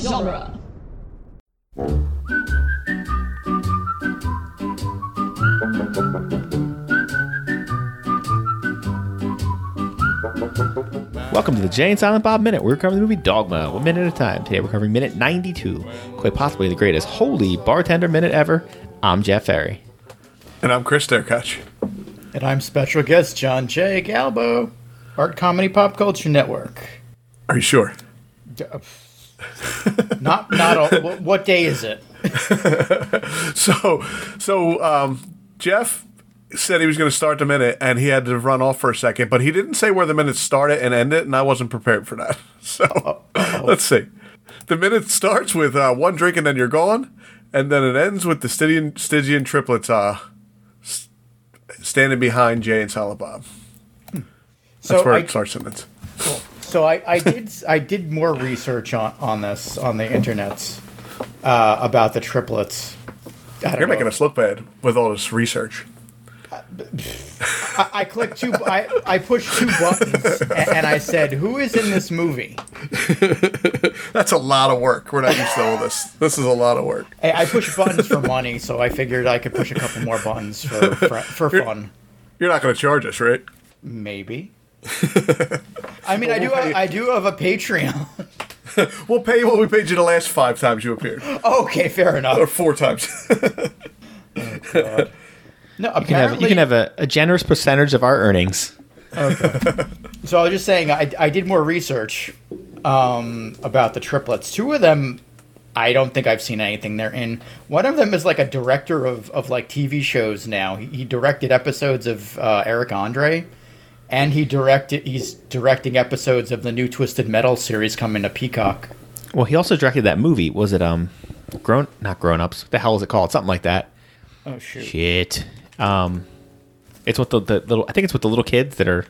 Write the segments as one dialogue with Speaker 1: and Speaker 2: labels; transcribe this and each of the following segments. Speaker 1: genre.
Speaker 2: Welcome to the Jay and Silent Bob Minute. We're covering the movie Dogma, one minute at a time. Today we're covering minute 92, quite possibly the greatest holy bartender minute ever. I'm Jeff Ferry.
Speaker 3: And I'm Chris Derkach.
Speaker 4: And I'm special guest John J. Galbo, Art Comedy Pop Culture Network.
Speaker 3: Are you sure?
Speaker 4: D- uh, Not not a, wh- what day is it?
Speaker 3: So, so um, Jeff said he was going to start the minute, and he had to run off for a second, but he didn't say where the minute started and ended, and I wasn't prepared for that. So, let's see. The minute starts with uh, one drink and then you're gone, and then it ends with the Stygian, Stygian triplets uh, s- standing behind Jay and Silent Bob.
Speaker 4: So
Speaker 3: That's where
Speaker 4: I,
Speaker 3: it starts. Sentence.
Speaker 4: so I, I did s- I did more research on, on this on the internet uh, about the triplets. I don't
Speaker 3: You're
Speaker 4: know.
Speaker 3: making us look bad with all this research.
Speaker 4: I, I clicked two. I, I pushed two buttons and, and I said, "Who is in this movie?"
Speaker 3: That's a lot of work. We're not used to all this. This is a lot of work.
Speaker 4: I, I pushed buttons for money, so I figured I could push a couple more buttons for for, for fun.
Speaker 3: You're not going to charge us, right?
Speaker 4: Maybe. I mean, I do. Have, I do have a Patreon.
Speaker 3: We'll pay you what we paid you the last five times you appeared,
Speaker 4: okay, fair
Speaker 3: or
Speaker 4: enough.
Speaker 3: four times.
Speaker 4: No,
Speaker 2: You can have,
Speaker 4: apparently.
Speaker 2: you can have a, a generous percentage of our earnings.
Speaker 4: so I was just saying, I, I did more research um, about the triplets. Two of them, I don't think I've seen anything they're in. One of them is like a director of, of like TV shows now. He, he directed episodes of uh, Eric Andre, and he directed. He's directing episodes of the new Twisted Metal series coming to Peacock.
Speaker 2: Well, he also directed that movie. Was it um, grown? Not grown ups. The hell is it called? Something like that.
Speaker 4: Oh shoot.
Speaker 2: Shit. Um, it's with the, the little. I think it's with the little kids that are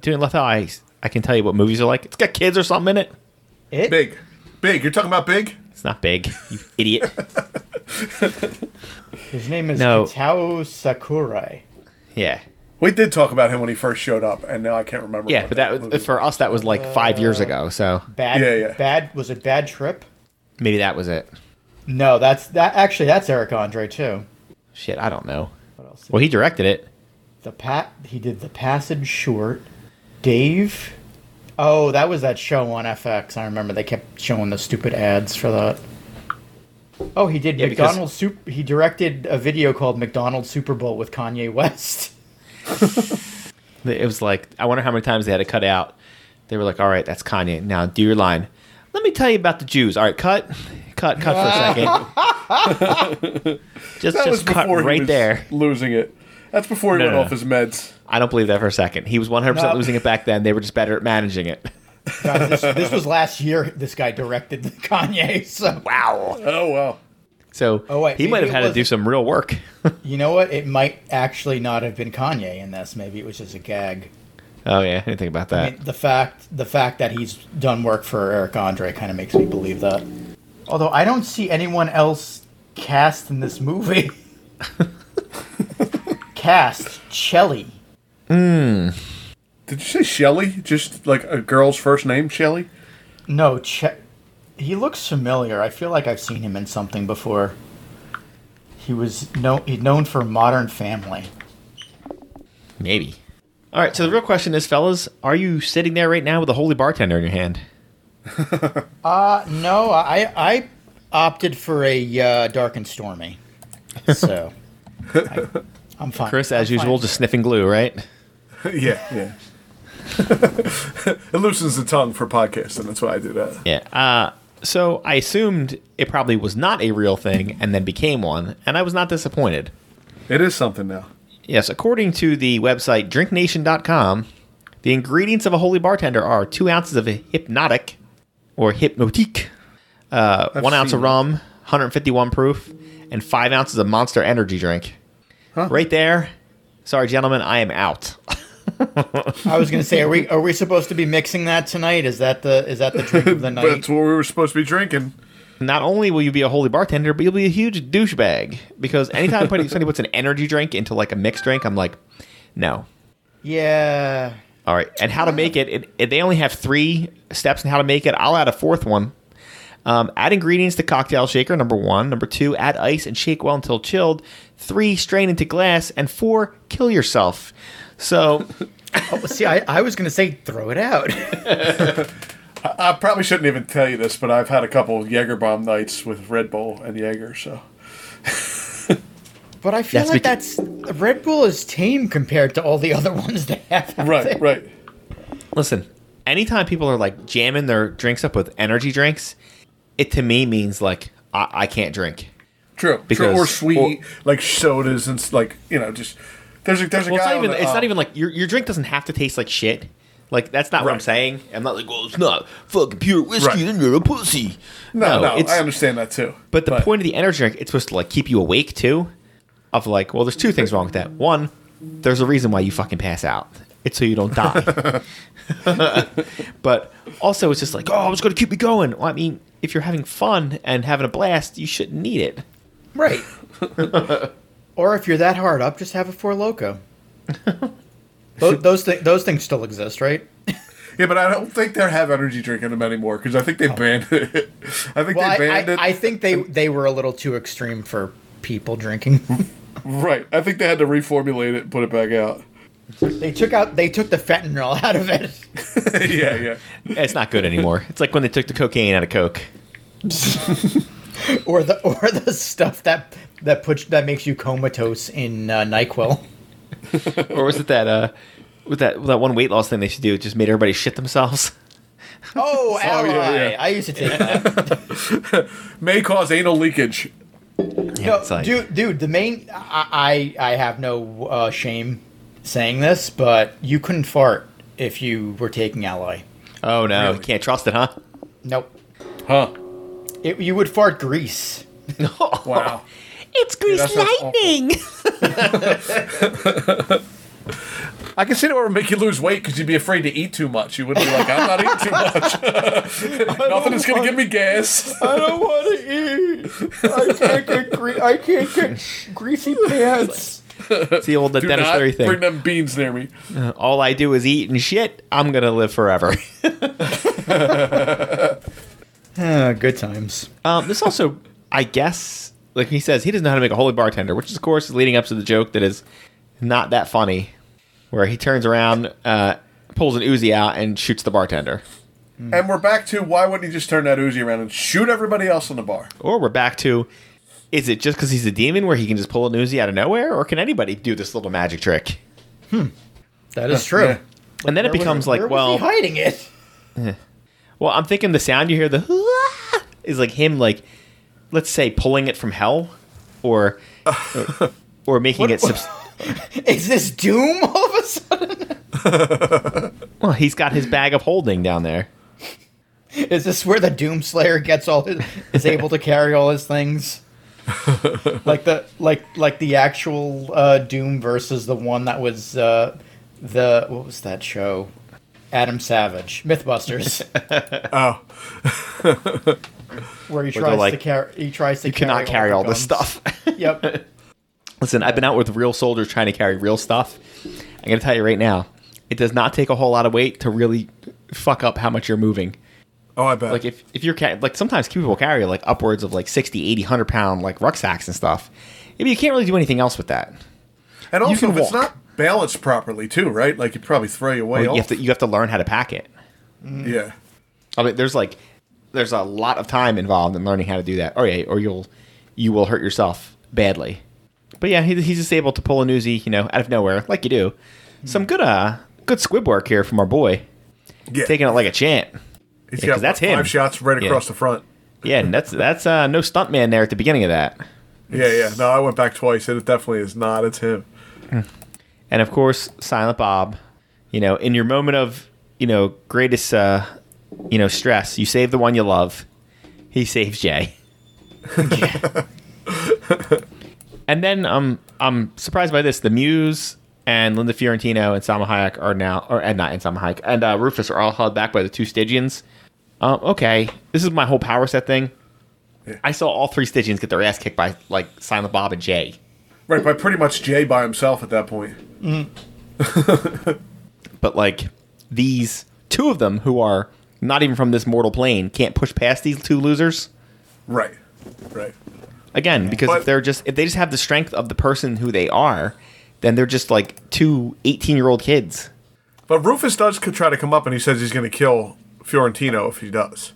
Speaker 2: doing. Left I I can tell you what movies are like. It's got kids or something in it.
Speaker 4: It,
Speaker 3: big, big. You're talking about big.
Speaker 2: It's not big. You idiot.
Speaker 4: His name is
Speaker 2: No.
Speaker 4: Kitao Sakurai.
Speaker 2: Yeah.
Speaker 3: We did talk about him when he first showed up, and now I can't remember.
Speaker 2: Yeah,
Speaker 3: what
Speaker 2: but that
Speaker 3: movie-
Speaker 2: was, for us that was like five years ago. So
Speaker 4: Bad.
Speaker 3: Yeah, yeah.
Speaker 4: Bad. Was it Bad Trip?
Speaker 2: maybe that was it.
Speaker 4: No, that's that. Actually, that's Eric Andre too.
Speaker 2: Shit, I don't know.
Speaker 4: What else? did-
Speaker 2: Well, he directed it.
Speaker 4: The pat. He did the passage short. Dave. Oh, that was that show on FX. I remember they kept showing the stupid ads for that. Oh, he did
Speaker 2: Yeah, because-
Speaker 4: McDonald's soup. He directed a video called McDonald's Super Bowl with Kanye West.
Speaker 2: It was like I wonder how many times they had to cut out. They were like, "All right, that's Kanye. Now do your line." Let me tell you about the Jews. All right, cut, cut, cut for a second. just
Speaker 3: That was
Speaker 2: just cut
Speaker 3: before he
Speaker 2: right
Speaker 3: was
Speaker 2: there.
Speaker 3: Losing it. That's before he
Speaker 2: No,
Speaker 3: went
Speaker 2: no, no.
Speaker 3: off his meds.
Speaker 2: I don't believe that for a second. He was 100 percent
Speaker 4: No.
Speaker 2: losing it back then. They were just better at managing it.
Speaker 4: Guys, this, this was last year. This guy directed the Kanye. So
Speaker 2: Wow.
Speaker 3: Oh wow.
Speaker 2: So
Speaker 4: Oh, wait,
Speaker 2: he might have
Speaker 4: maybe it
Speaker 2: had to
Speaker 4: was-
Speaker 2: do some real work.
Speaker 4: you know what? It might actually not have been Kanye in this. Maybe it was just a gag.
Speaker 2: oh yeah, I didn't think about that.
Speaker 4: I mean, the fact the fact that he's done work for Eric Andre kind of makes me believe that. Although I don't see anyone else cast in this movie. cast Chelly.
Speaker 3: Did you say Shelly? Just like a girl's first name, Shelly?
Speaker 4: No, che- he looks familiar. I feel like I've seen him in something before. He was no he's known for Modern Family.
Speaker 2: Maybe. All right. So the real question is, fellas, are you sitting there right now with a holy bartender in your hand?
Speaker 4: Uh no, I I opted for a uh, dark and stormy. So I, am fine.
Speaker 2: Chris, as usual, just sniffing glue, right?
Speaker 3: yeah, yeah. it loosens the tongue for podcasting. That's why I do that.
Speaker 2: Yeah. Uh, so I assumed it probably was not a real thing and then became one, and I was not disappointed.
Speaker 3: It is something now.
Speaker 2: Yes, according to the website drinknation.com, the ingredients of a holy bartender are two ounces of hypnotic or hypnotique, uh, one ounce
Speaker 3: seen
Speaker 2: of rum, 151 proof, and five ounces of monster energy drink. Right there. Sorry, gentlemen, I am out.
Speaker 4: I was gonna say, are we are we supposed to be mixing that tonight? Is that the is that the drink of the
Speaker 3: But
Speaker 4: night?
Speaker 3: that's what we were supposed to be drinking.
Speaker 2: not only will you be a holy bartender, but you'll be a huge douchebag because anytime somebody somebody puts an energy drink into like a mixed drink, I'm like, no.
Speaker 4: yeah.
Speaker 2: All right, and how to make it, it, it- They only have three steps in how to make it. I'll add a fourth one. Um, add ingredients to cocktail shaker, number one. Number two, add ice and shake well until chilled. Three, strain into glass. And four, kill yourself. So,
Speaker 4: Oh, see, I, I was gonna say throw it out.
Speaker 3: I probably shouldn't even tell you this, but I've had a couple of Jaeger bomb nights with Red Bull and Jaeger. So
Speaker 4: But I feel
Speaker 2: That's
Speaker 4: like
Speaker 2: because-
Speaker 4: that's Red Bull is tame compared to all the other ones they have. out there.
Speaker 3: right, right.
Speaker 2: listen, anytime people are like jamming their drinks up with energy drinks, it to me means like, I, I can't drink.
Speaker 3: True.
Speaker 2: Because-
Speaker 3: True. Or sweet,
Speaker 2: or-
Speaker 3: like sodas and s- like you know, just there's a there's a
Speaker 2: Well, it's
Speaker 3: guy.
Speaker 2: not even.
Speaker 3: on the,
Speaker 2: it's
Speaker 3: uh,
Speaker 2: not even like your your drink doesn't have to taste like shit. Like that's not what I'm
Speaker 3: Right.
Speaker 2: saying. I'm not like, well, it's not fucking pure whiskey,
Speaker 3: Right.
Speaker 2: then you're a pussy.
Speaker 3: No, no,
Speaker 2: it's,
Speaker 3: I understand that too.
Speaker 2: But the point of the energy drink, it's supposed to like keep you awake too. Of like, well, there's two things wrong with that. One, there's a reason why you fucking pass out. It's so you don't die. but also, it's just like, oh, it's going to keep me going. Well, I mean, if you're having fun and having a blast, you shouldn't need it.
Speaker 4: right. or if you're that hard up, just have a four loco. those those, thi- those things still exist, right?
Speaker 3: Yeah, but I don't think they have energy drink in them anymore because I think
Speaker 2: Oh.
Speaker 3: they banned it. I think
Speaker 4: Well,
Speaker 3: they
Speaker 4: I,
Speaker 3: banned
Speaker 4: I,
Speaker 3: it.
Speaker 4: I think they they were a little too extreme for people drinking.
Speaker 3: right. I think they had to reformulate it and put it back out.
Speaker 4: they took out they took the fentanyl out of it.
Speaker 3: yeah, yeah.
Speaker 2: It's not good anymore. it's like when they took the cocaine out of Coke.
Speaker 4: or the or the stuff that that puts that makes you comatose in uh, Nyquil.
Speaker 2: or was it that uh with that that one weight loss thing they should do it just made everybody shit themselves
Speaker 4: Oh, ally!
Speaker 3: yeah, yeah.
Speaker 4: I used to take that.
Speaker 3: May cause anal leakage.
Speaker 2: yeah,
Speaker 4: No,
Speaker 2: it's like,
Speaker 4: dude, dude, the main. I I, I have no uh, shame saying this, but you couldn't fart if you were taking ally.
Speaker 2: oh no
Speaker 3: Really?
Speaker 2: you can't trust it huh
Speaker 4: Nope,
Speaker 3: Huh.
Speaker 4: it, you would fart grease.
Speaker 3: Wow.
Speaker 2: it's grease
Speaker 3: that sounds awful. I can see that would make you lose weight because you'd be afraid to eat too much. You wouldn't be like, I'm not eating too much. Nothing is going to give me gas.
Speaker 4: I don't want to eat. I can't get gre- I can't get greasy pants.
Speaker 2: it's the old
Speaker 3: Do
Speaker 2: dennis
Speaker 3: not
Speaker 2: Leary thing
Speaker 3: bring them beans near me.
Speaker 2: all i do is eat and shit i'm gonna live forever
Speaker 4: Ah, good times.
Speaker 2: um this also i guess like he says he doesn't know how to make a holy bartender which of course is leading up to the joke that is not that funny where he turns around uh pulls an Uzi out and shoots the bartender
Speaker 3: Mm. And we're back to why wouldn't he just turn that Uzi around and shoot everybody else in the bar?
Speaker 2: Or we're back to is it just because he's a demon where he can just pull an Uzi out of nowhere, or can anybody do this little magic trick?
Speaker 4: That is true.
Speaker 3: yeah.
Speaker 2: And then it
Speaker 4: Where was-
Speaker 2: becomes
Speaker 4: where
Speaker 2: like,
Speaker 4: was he
Speaker 2: well,
Speaker 4: hiding it.
Speaker 2: well, I'm thinking the sound you hear the "Hua" is like him, like let's say pulling it from hell, or or, or making it. Subs-
Speaker 4: Is this doom all of a sudden?
Speaker 2: well, he's got his bag of holding down there.
Speaker 4: Is this where the Doomslayer gets all his, is able to carry all his things? like the like like the actual uh, Doom versus the one that was uh, the what was that show? Adam Savage, MythBusters,
Speaker 3: Oh.
Speaker 4: where he
Speaker 2: they're
Speaker 4: tries to
Speaker 2: like,
Speaker 4: carry he tries to
Speaker 2: You cannot carry
Speaker 4: the
Speaker 2: all this
Speaker 4: guns.
Speaker 2: stuff.
Speaker 4: Yep.
Speaker 2: Listen, I've been out with real soldiers trying to carry real stuff. I'm gonna tell you right now, it does not take a whole lot of weight to really fuck up how much you're moving.
Speaker 3: Oh, I bet.
Speaker 2: like if, if you're ca- like sometimes people carry like upwards of like 60 80 100 pound like rucksacks and stuff I mean, you can't really do anything else with that
Speaker 3: and also,
Speaker 2: can
Speaker 3: if it's
Speaker 2: walk.
Speaker 3: not balanced properly, too, right? Like, you'd probably throw you away
Speaker 2: you
Speaker 3: off.
Speaker 2: have to you have to learn how to pack it
Speaker 3: yeah.
Speaker 2: i mean there's like there's a lot of time involved in learning how to do that or yeah or you'll you will hurt yourself badly but yeah he, he's just able to pull a newsie you know out of nowhere like you do some good uh good squib work here from our boy
Speaker 3: Yeah.
Speaker 2: taking it like a champ
Speaker 3: He's
Speaker 2: yeah,
Speaker 3: got
Speaker 2: 'cause that's
Speaker 3: five
Speaker 2: him.
Speaker 3: shots right
Speaker 2: Yeah.
Speaker 3: across the front.
Speaker 2: yeah and that's that's uh no stuntman there at the beginning of that
Speaker 3: Yeah, yeah. No, I went back twice, and it definitely is not. It's him.
Speaker 2: and of course silent bob you know in your moment of you know greatest uh you know stress you save the one you love he saves jay and then um i'm surprised by this the muse and linda fiorentino and salma hayek are now or and not and salma hayek and uh, rufus are all held back by the two stygians um okay this is my whole power set thing i saw all three stygians get their ass kicked by like silent bob and jay
Speaker 3: Right, by pretty much Jay by himself at that point.
Speaker 2: but like these two of them who are not even from this mortal plane, can't push past these two losers.
Speaker 3: Right. Right.
Speaker 2: Again, because
Speaker 3: But-
Speaker 2: if they're just if they just have the strength of the person who they are, then they're just like two 18 year old kids.
Speaker 3: But Rufus does co- try to come up and he says he's going to kill Fiorentino if he does.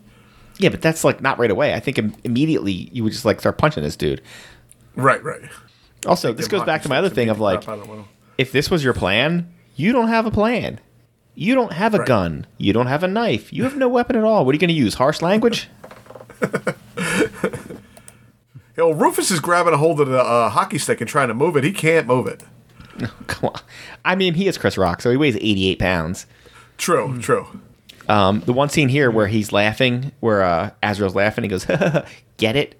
Speaker 2: Yeah, but that's like not right away. I think im- immediately you would just like start punching this dude.
Speaker 3: Right, right.
Speaker 2: Also, this goes back to my other thing of like,
Speaker 3: I don't know.
Speaker 2: if this was your plan, you don't have a plan. You don't have a
Speaker 3: Right.
Speaker 2: gun. You don't have a knife. You have no weapon at all. What are you going to use? Harsh language?
Speaker 3: Yo, Rufus is grabbing a hold of the uh, hockey stick and trying to move it. He can't move it.
Speaker 2: Come on. I mean, he is Chris Rock, so he weighs 88 pounds.
Speaker 3: True,
Speaker 2: Hmm.
Speaker 3: true.
Speaker 2: Um, the one scene here
Speaker 3: Mm-hmm.
Speaker 2: where he's laughing, where uh, Azrael's laughing, he goes, "Get it."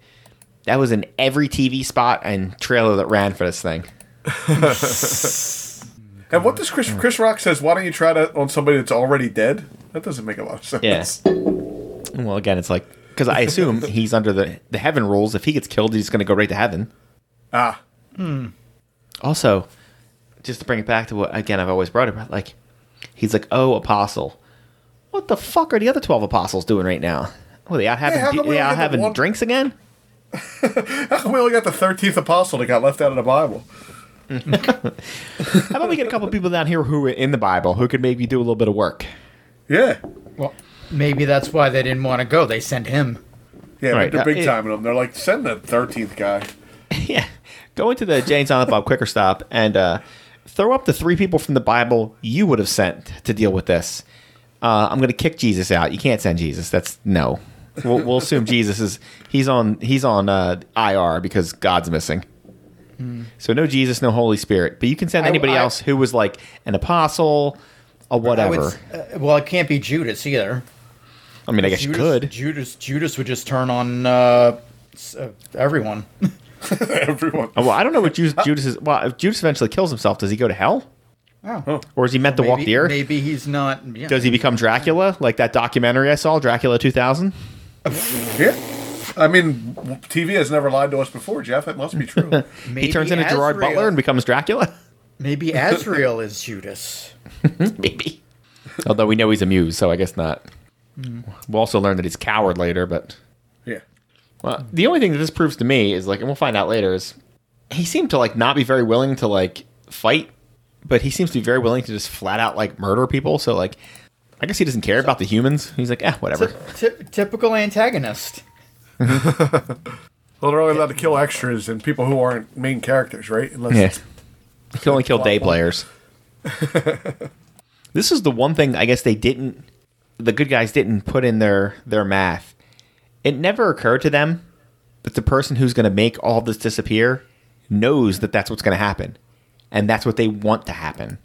Speaker 2: That was in every TV spot and trailer that ran for this thing.
Speaker 3: And what does Chris
Speaker 2: Hmm.
Speaker 3: Chris Rock says? Why don't you try that on somebody that's already dead? That doesn't make a lot of sense.
Speaker 2: Yes. well, again, it's like because I assume he's under the the heaven rules. If he gets killed, he's going to go right to heaven.
Speaker 3: Ah,
Speaker 2: Also, just to bring it back to what again I've always brought it up, like he's like, "Oh, apostle, what the fuck are the other twelve apostles doing right now? Were they out having
Speaker 3: how come we
Speaker 2: they
Speaker 3: only
Speaker 2: out
Speaker 3: get the
Speaker 2: having
Speaker 3: one-
Speaker 2: drinks again?"
Speaker 3: how come we only got the thirteenth apostle that got left out of the Bible?
Speaker 2: How about we get a couple people down here who are in the Bible who could maybe do a little bit of work?
Speaker 3: Yeah,
Speaker 4: Well, maybe that's why they didn't want to go. They sent him.
Speaker 3: yeah,
Speaker 2: Right,
Speaker 3: they're
Speaker 2: uh,
Speaker 3: big
Speaker 2: it-
Speaker 3: time in them. They're like, send the thirteenth guy.
Speaker 2: Yeah. Go into the Jane's Silent Bob Quicker Stop and uh, throw up the three people from the Bible you would have sent to deal with this. Uh, I'm going to kick Jesus out. You can't send Jesus. That's no. We'll, we'll assume Jesus is he's on he's on uh, IR because God's missing. So no Jesus, no Holy Spirit. But you can send
Speaker 4: I-
Speaker 2: anybody
Speaker 4: I-
Speaker 2: else who was like an apostle, a
Speaker 4: I would
Speaker 2: whatever. I,
Speaker 4: s- uh, well, it can't be Judas either.
Speaker 2: mean, I guess you
Speaker 4: Judas,
Speaker 2: could.
Speaker 4: Judas Judas would just turn on uh, s- uh, everyone.
Speaker 3: Everyone.
Speaker 2: Well, I don't know what Judas, Judas is. Well, if Judas eventually kills himself, does he go to hell,
Speaker 4: Oh,
Speaker 2: or is he meant to walk the earth?
Speaker 4: Maybe he's not. Yeah.
Speaker 2: Does he become Dracula? Like that documentary I saw, Dracula 2000?
Speaker 3: Yeah. I mean, TV has never lied to us before, Jeff. It must be true.
Speaker 4: Maybe
Speaker 2: he turns into Gerard
Speaker 4: Azrael-
Speaker 2: Butler and becomes Dracula?
Speaker 4: maybe Azrael is Judas.
Speaker 2: Maybe. Although we know he's a muse, so I guess not.
Speaker 4: Hmm.
Speaker 2: We'll also learn that he's coward later, but.
Speaker 3: yeah.
Speaker 2: Well, the only thing that this proves to me is like, and we'll find out later, is he seemed to like not be very willing to like fight, but he seems to be very willing to just flat out like murder people. So like, I guess he doesn't care about the humans. He's like, eh, whatever.
Speaker 4: Ty- typical antagonist.
Speaker 3: Well, they're only allowed to kill extras and people who aren't main characters, right? Unless
Speaker 2: Yeah. You can only kill day players. this is the one thing I guess they didn't the good guys didn't put in their their math. It never occurred to them that the person who's going to make all this disappear knows that that's what's going to happen and that's what they want to happen.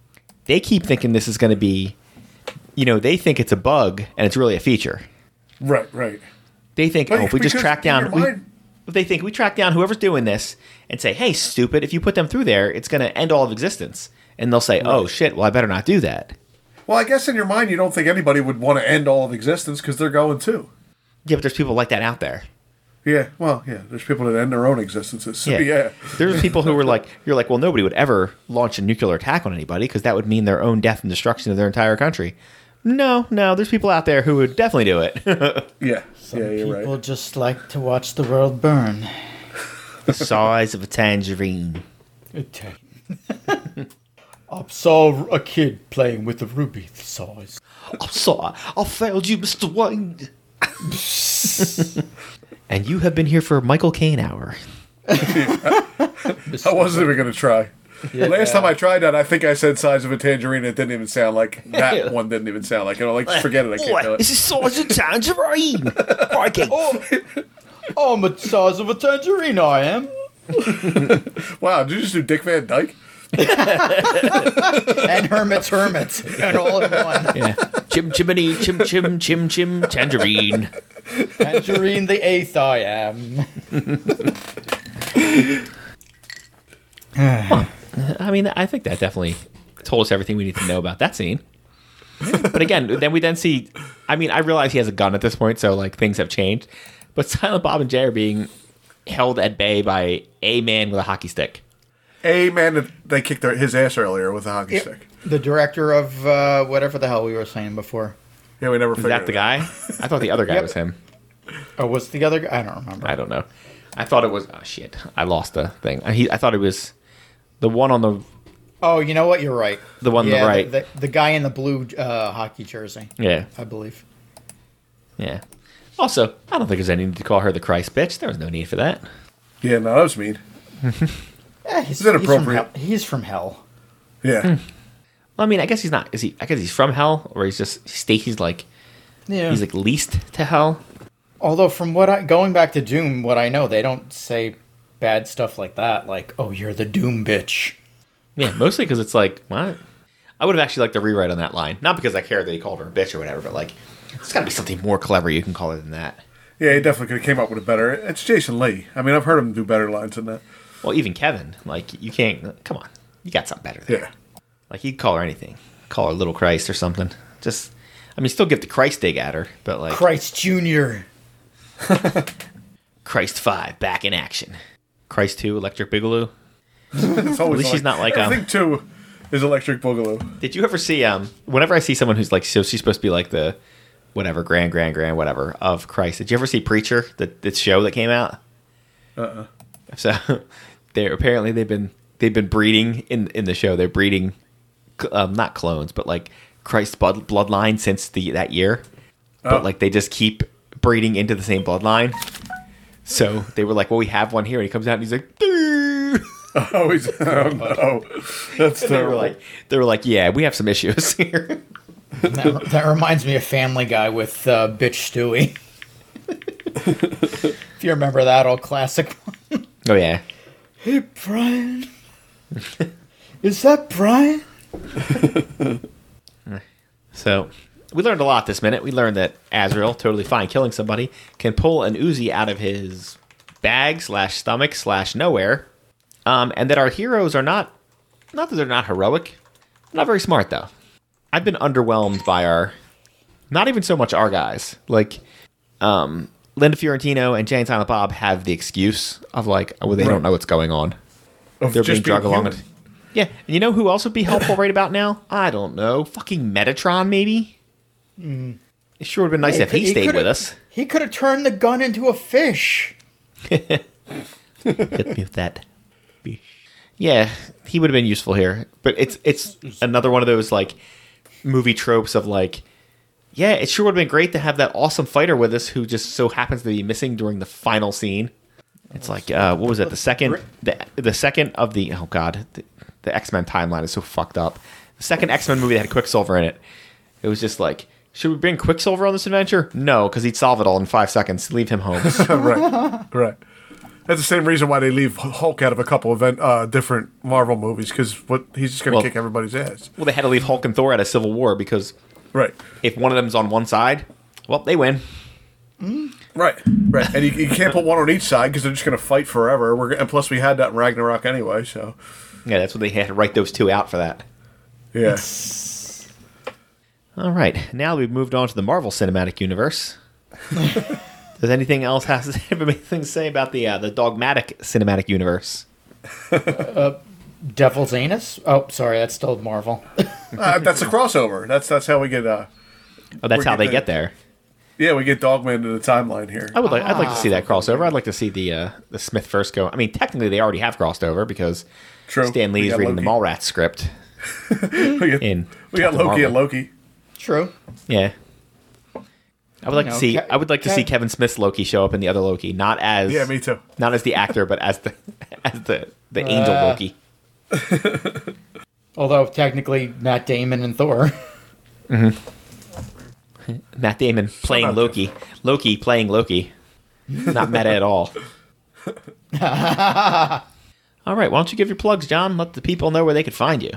Speaker 2: They keep thinking this is going to be you know, they think it's a bug and it's really a feature.
Speaker 3: Right, right.
Speaker 2: They think,
Speaker 3: But
Speaker 2: oh, if we just
Speaker 3: because
Speaker 2: track
Speaker 3: in
Speaker 2: down,
Speaker 3: your
Speaker 2: we,
Speaker 3: mind-
Speaker 2: if they think we track down whoever's doing this and say, hey, stupid, if you put them through there, it's going to end all of existence. And they'll say, oh, shit, well, I better not do that.
Speaker 3: Well, I guess in your mind, you don't think anybody would want to end all of existence because they're going too.
Speaker 2: Yeah, but there's people like that out there.
Speaker 3: Yeah, well, yeah. There's people that end their own existences. So,
Speaker 2: Yeah.
Speaker 3: yeah.
Speaker 2: There's people who were like, you're like, well, nobody would ever launch a nuclear attack on anybody because that would mean their own death and destruction of their entire country. No, no, there's people out there who would definitely do it.
Speaker 3: Yeah. yeah, you're
Speaker 4: People
Speaker 3: right.
Speaker 4: just like to watch the world burn.
Speaker 2: the size of a tangerine.
Speaker 4: I saw a kid playing with a ruby size.
Speaker 2: I'm sorry, I failed you, Mr. Wayne. and you have been here for Michael Caine hour.
Speaker 3: I wasn't even going to try. Last time I tried that, I think I said size of a tangerine. It didn't even sound like that one. Didn't even sound like it. I'm like, just forget it. I can't do it.
Speaker 2: is size of tangerine. Okay.
Speaker 4: I'm a size of a tangerine, I am.
Speaker 3: Wow, did you just do Dick Van Dyke?
Speaker 4: And Hermit's Hermit. And all in one.
Speaker 2: Yeah. Chim chimney, chim chim chim chim tangerine.
Speaker 4: Tangerine the eighth, I am.
Speaker 2: I mean, I think that definitely told us everything we need to know about that scene. But again, then we then see. I mean, I realize he has a gun at this point, so like things have changed. But Silent Bob and Jay are being held at bay by a man with a hockey stick.
Speaker 3: A man that they kicked their, his ass earlier with a hockey stick.
Speaker 4: The director of uh, whatever the hell we were saying before.
Speaker 3: Yeah, we never
Speaker 2: Is
Speaker 3: figured
Speaker 2: that the
Speaker 3: it
Speaker 2: guy?
Speaker 3: out.
Speaker 2: I thought the other guy was him.
Speaker 4: Oh, was the other guy? I don't remember.
Speaker 2: I don't know. I thought it was. Oh shit! I lost the thing. I, he, I thought it was the one on the.
Speaker 4: Oh, you know what? You're right.
Speaker 2: The one on the
Speaker 4: Yeah,
Speaker 2: right.
Speaker 4: The, the guy in the blue uh, hockey jersey,
Speaker 2: Yeah,
Speaker 4: I believe.
Speaker 2: yeah. Also, I don't think there's any need to call her the Christ bitch. There was no need for that.
Speaker 3: Yeah, no, that was mean.
Speaker 4: Eh, he's,
Speaker 3: that
Speaker 4: he's from
Speaker 3: appropriate?
Speaker 4: hell. He's from hell.
Speaker 2: Hmm.
Speaker 3: Yeah.
Speaker 2: Well, I mean, I guess he's not. Is he? I guess he's from hell, or he's just state. He's like
Speaker 4: Yeah.
Speaker 2: he's like leased to hell.
Speaker 4: Although, from what I going back to Doom, what I know, they don't say bad stuff like that. Like, oh, you're the Doom bitch.
Speaker 2: Yeah, mostly because it's like what. I would have actually liked to rewrite on that line, not because I care that he called her a bitch or whatever, but like, there's got to be something more clever you can call her than that.
Speaker 3: Yeah, he definitely could have came up with a better. It's Jason Lee. I mean, I've heard him do better lines than that.
Speaker 2: Well, even Kevin, like, you can't. Come on, you got something better. There.
Speaker 3: Yeah.
Speaker 2: Like he'd call her anything. Call her little Christ or something. Just I mean still give the Christ dig at her, but like
Speaker 4: Christ Junior.
Speaker 2: Christ five back in action. Christ two, Electric Boogaloo.
Speaker 3: It's always
Speaker 2: At least she's not like,
Speaker 3: I
Speaker 2: um,
Speaker 3: think two is Electric Boogaloo.
Speaker 2: Did you ever see um whenever I see someone who's like so she's supposed to be like the whatever, grand, grand, grand, whatever of Christ. Did you ever see Preacher, the the show that came out? Uh uh So they're apparently they've been they've been breeding in in the show, they're breeding cl- um, not clones, but like Christ blood, bloodline since the that year.
Speaker 3: Oh.
Speaker 2: But like they just keep breeding into the same bloodline. So they were like, "Well, we have one here," and he comes out and he's like, "Doo."
Speaker 3: Oh, he's, oh no, that's
Speaker 2: They were
Speaker 3: terrible.
Speaker 2: like, "They were like, yeah, we have some issues here."
Speaker 4: That, that reminds me of Family Guy with uh, Bitch Stewie. if you remember that old classic one.
Speaker 2: oh yeah,
Speaker 4: Hey, Brian. Is that Brian?
Speaker 2: So we learned a lot this minute. We learned that Azrael, totally fine killing somebody, can pull an Uzi out of his bag slash stomach slash nowhere, um, and that our heroes are not not that they're not heroic, not very smart though. I've been underwhelmed by our not even so much our guys like um, Linda Fiorentino and Jane Silent Bob have the excuse of like, oh, well, they don't
Speaker 3: Right.
Speaker 2: know what's going on.
Speaker 3: Of
Speaker 2: They're being
Speaker 3: just
Speaker 2: dragged along.
Speaker 3: human.
Speaker 2: with- Yeah, and you know who else would be helpful right about now? I don't know. Fucking Metatron, maybe. Mm. It sure would have been nice if he, stayed
Speaker 4: could've-
Speaker 2: with us.
Speaker 4: He could have turned the gun into a fish.
Speaker 2: Hit me with that. Yeah, he would have been useful here. But it's it's another one of those like movie tropes of like, yeah, it sure would have been great to have that awesome fighter with us who just so happens to be missing during the final scene. It's like uh, what was it? The second the the second of the oh god, the, the X Men timeline is so fucked up. The second X Men movie that had Quicksilver in it. It was just like, should we bring Quicksilver on this adventure? No, because he'd solve it all in five seconds. Leave him home.
Speaker 3: right, right. That's the same reason why they leave Hulk out of a couple of uh, different Marvel movies because what he's just going to
Speaker 2: Well-
Speaker 3: kick everybody's ass.
Speaker 2: well, they had to leave Hulk and Thor out of Civil War because
Speaker 3: Right,
Speaker 2: if one of them's on one side, well, they win.
Speaker 3: right, right. And you, you can't put one on each side because they're just going to fight forever. We're gonna- and plus we had that in Ragnarok anyway, so
Speaker 2: Yeah, that's what they had to write those two out for that.
Speaker 3: yeah.
Speaker 2: All right, now we've moved on to the Marvel Cinematic Universe. Does anything else has does anybody have anything to say about the uh, the dogmatic cinematic universe?
Speaker 4: Devil's anus? Oh, sorry, that's still Marvel.
Speaker 3: Uh, that's a crossover. That's that's how we get. Uh,
Speaker 2: Oh, that's
Speaker 3: We're
Speaker 2: how they
Speaker 3: getting
Speaker 2: get there.
Speaker 3: yeah, we get Dogman to the timeline here.
Speaker 2: I would like I'd like to see
Speaker 3: Ah.
Speaker 2: that crossover. I'd like to see the uh, the Smith first go. I mean, technically they already have crossed over because
Speaker 3: True.
Speaker 2: Stan Lee
Speaker 3: We
Speaker 2: is
Speaker 3: got
Speaker 2: reading the
Speaker 3: Loki.
Speaker 2: Mallrats script.
Speaker 3: We got,
Speaker 2: in
Speaker 3: we
Speaker 2: Captain
Speaker 3: got Loki
Speaker 2: Marvel.
Speaker 3: and Loki.
Speaker 4: True.
Speaker 2: Yeah. I would like
Speaker 4: You
Speaker 2: to
Speaker 4: know,
Speaker 2: see
Speaker 4: Ke-
Speaker 2: I would like to see
Speaker 4: Ke-
Speaker 2: Kevin Smith's Loki show up in the other Loki, not as
Speaker 3: Yeah, me too.
Speaker 2: not as the actor, but as the as the the angel
Speaker 4: Uh.
Speaker 2: Loki.
Speaker 4: Although technically Matt Damon and Thor.
Speaker 2: Matt Damon playing
Speaker 3: up.
Speaker 2: Loki, Loki playing Loki. Not meta at all. all right, why don't you give your plugs, John? Let the people know where they could find you.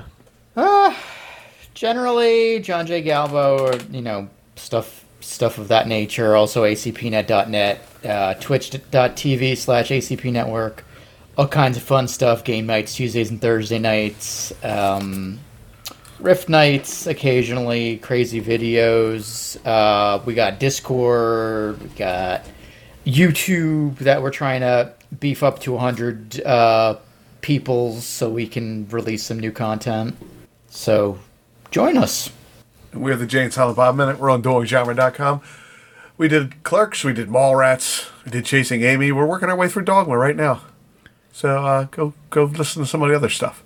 Speaker 4: Generally, John J. Galvo or you know stuff stuff of that nature. Also ACPNet.net, uh, Twitch.tv slash ACP Network. All kinds of fun stuff. Game nights, Tuesdays and Thursday nights. Um, Rift nights occasionally. Crazy videos. Uh, we got Discord. We got YouTube that we're trying to beef up to 100 uh, people so we can release some new content. So join us.
Speaker 3: We're the Jane Silent Bob Minute. We're on duelinggenre.com. We did Clerks, we did Mallrats, we did Chasing Amy. We're working our way through Dogma right now. So uh, go go listen to some of the other stuff.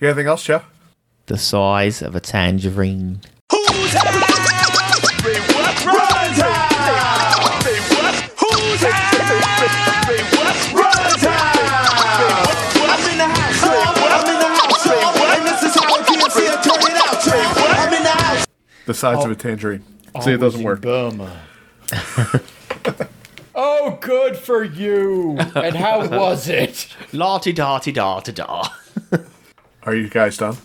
Speaker 3: You got anything else, Jeff?
Speaker 2: The size of a tangerine.
Speaker 3: The size of a tangerine. See, it doesn't work.
Speaker 4: Burma. oh, good for you. And how was it?
Speaker 2: La ti da ti da ti da.
Speaker 3: Are you guys done?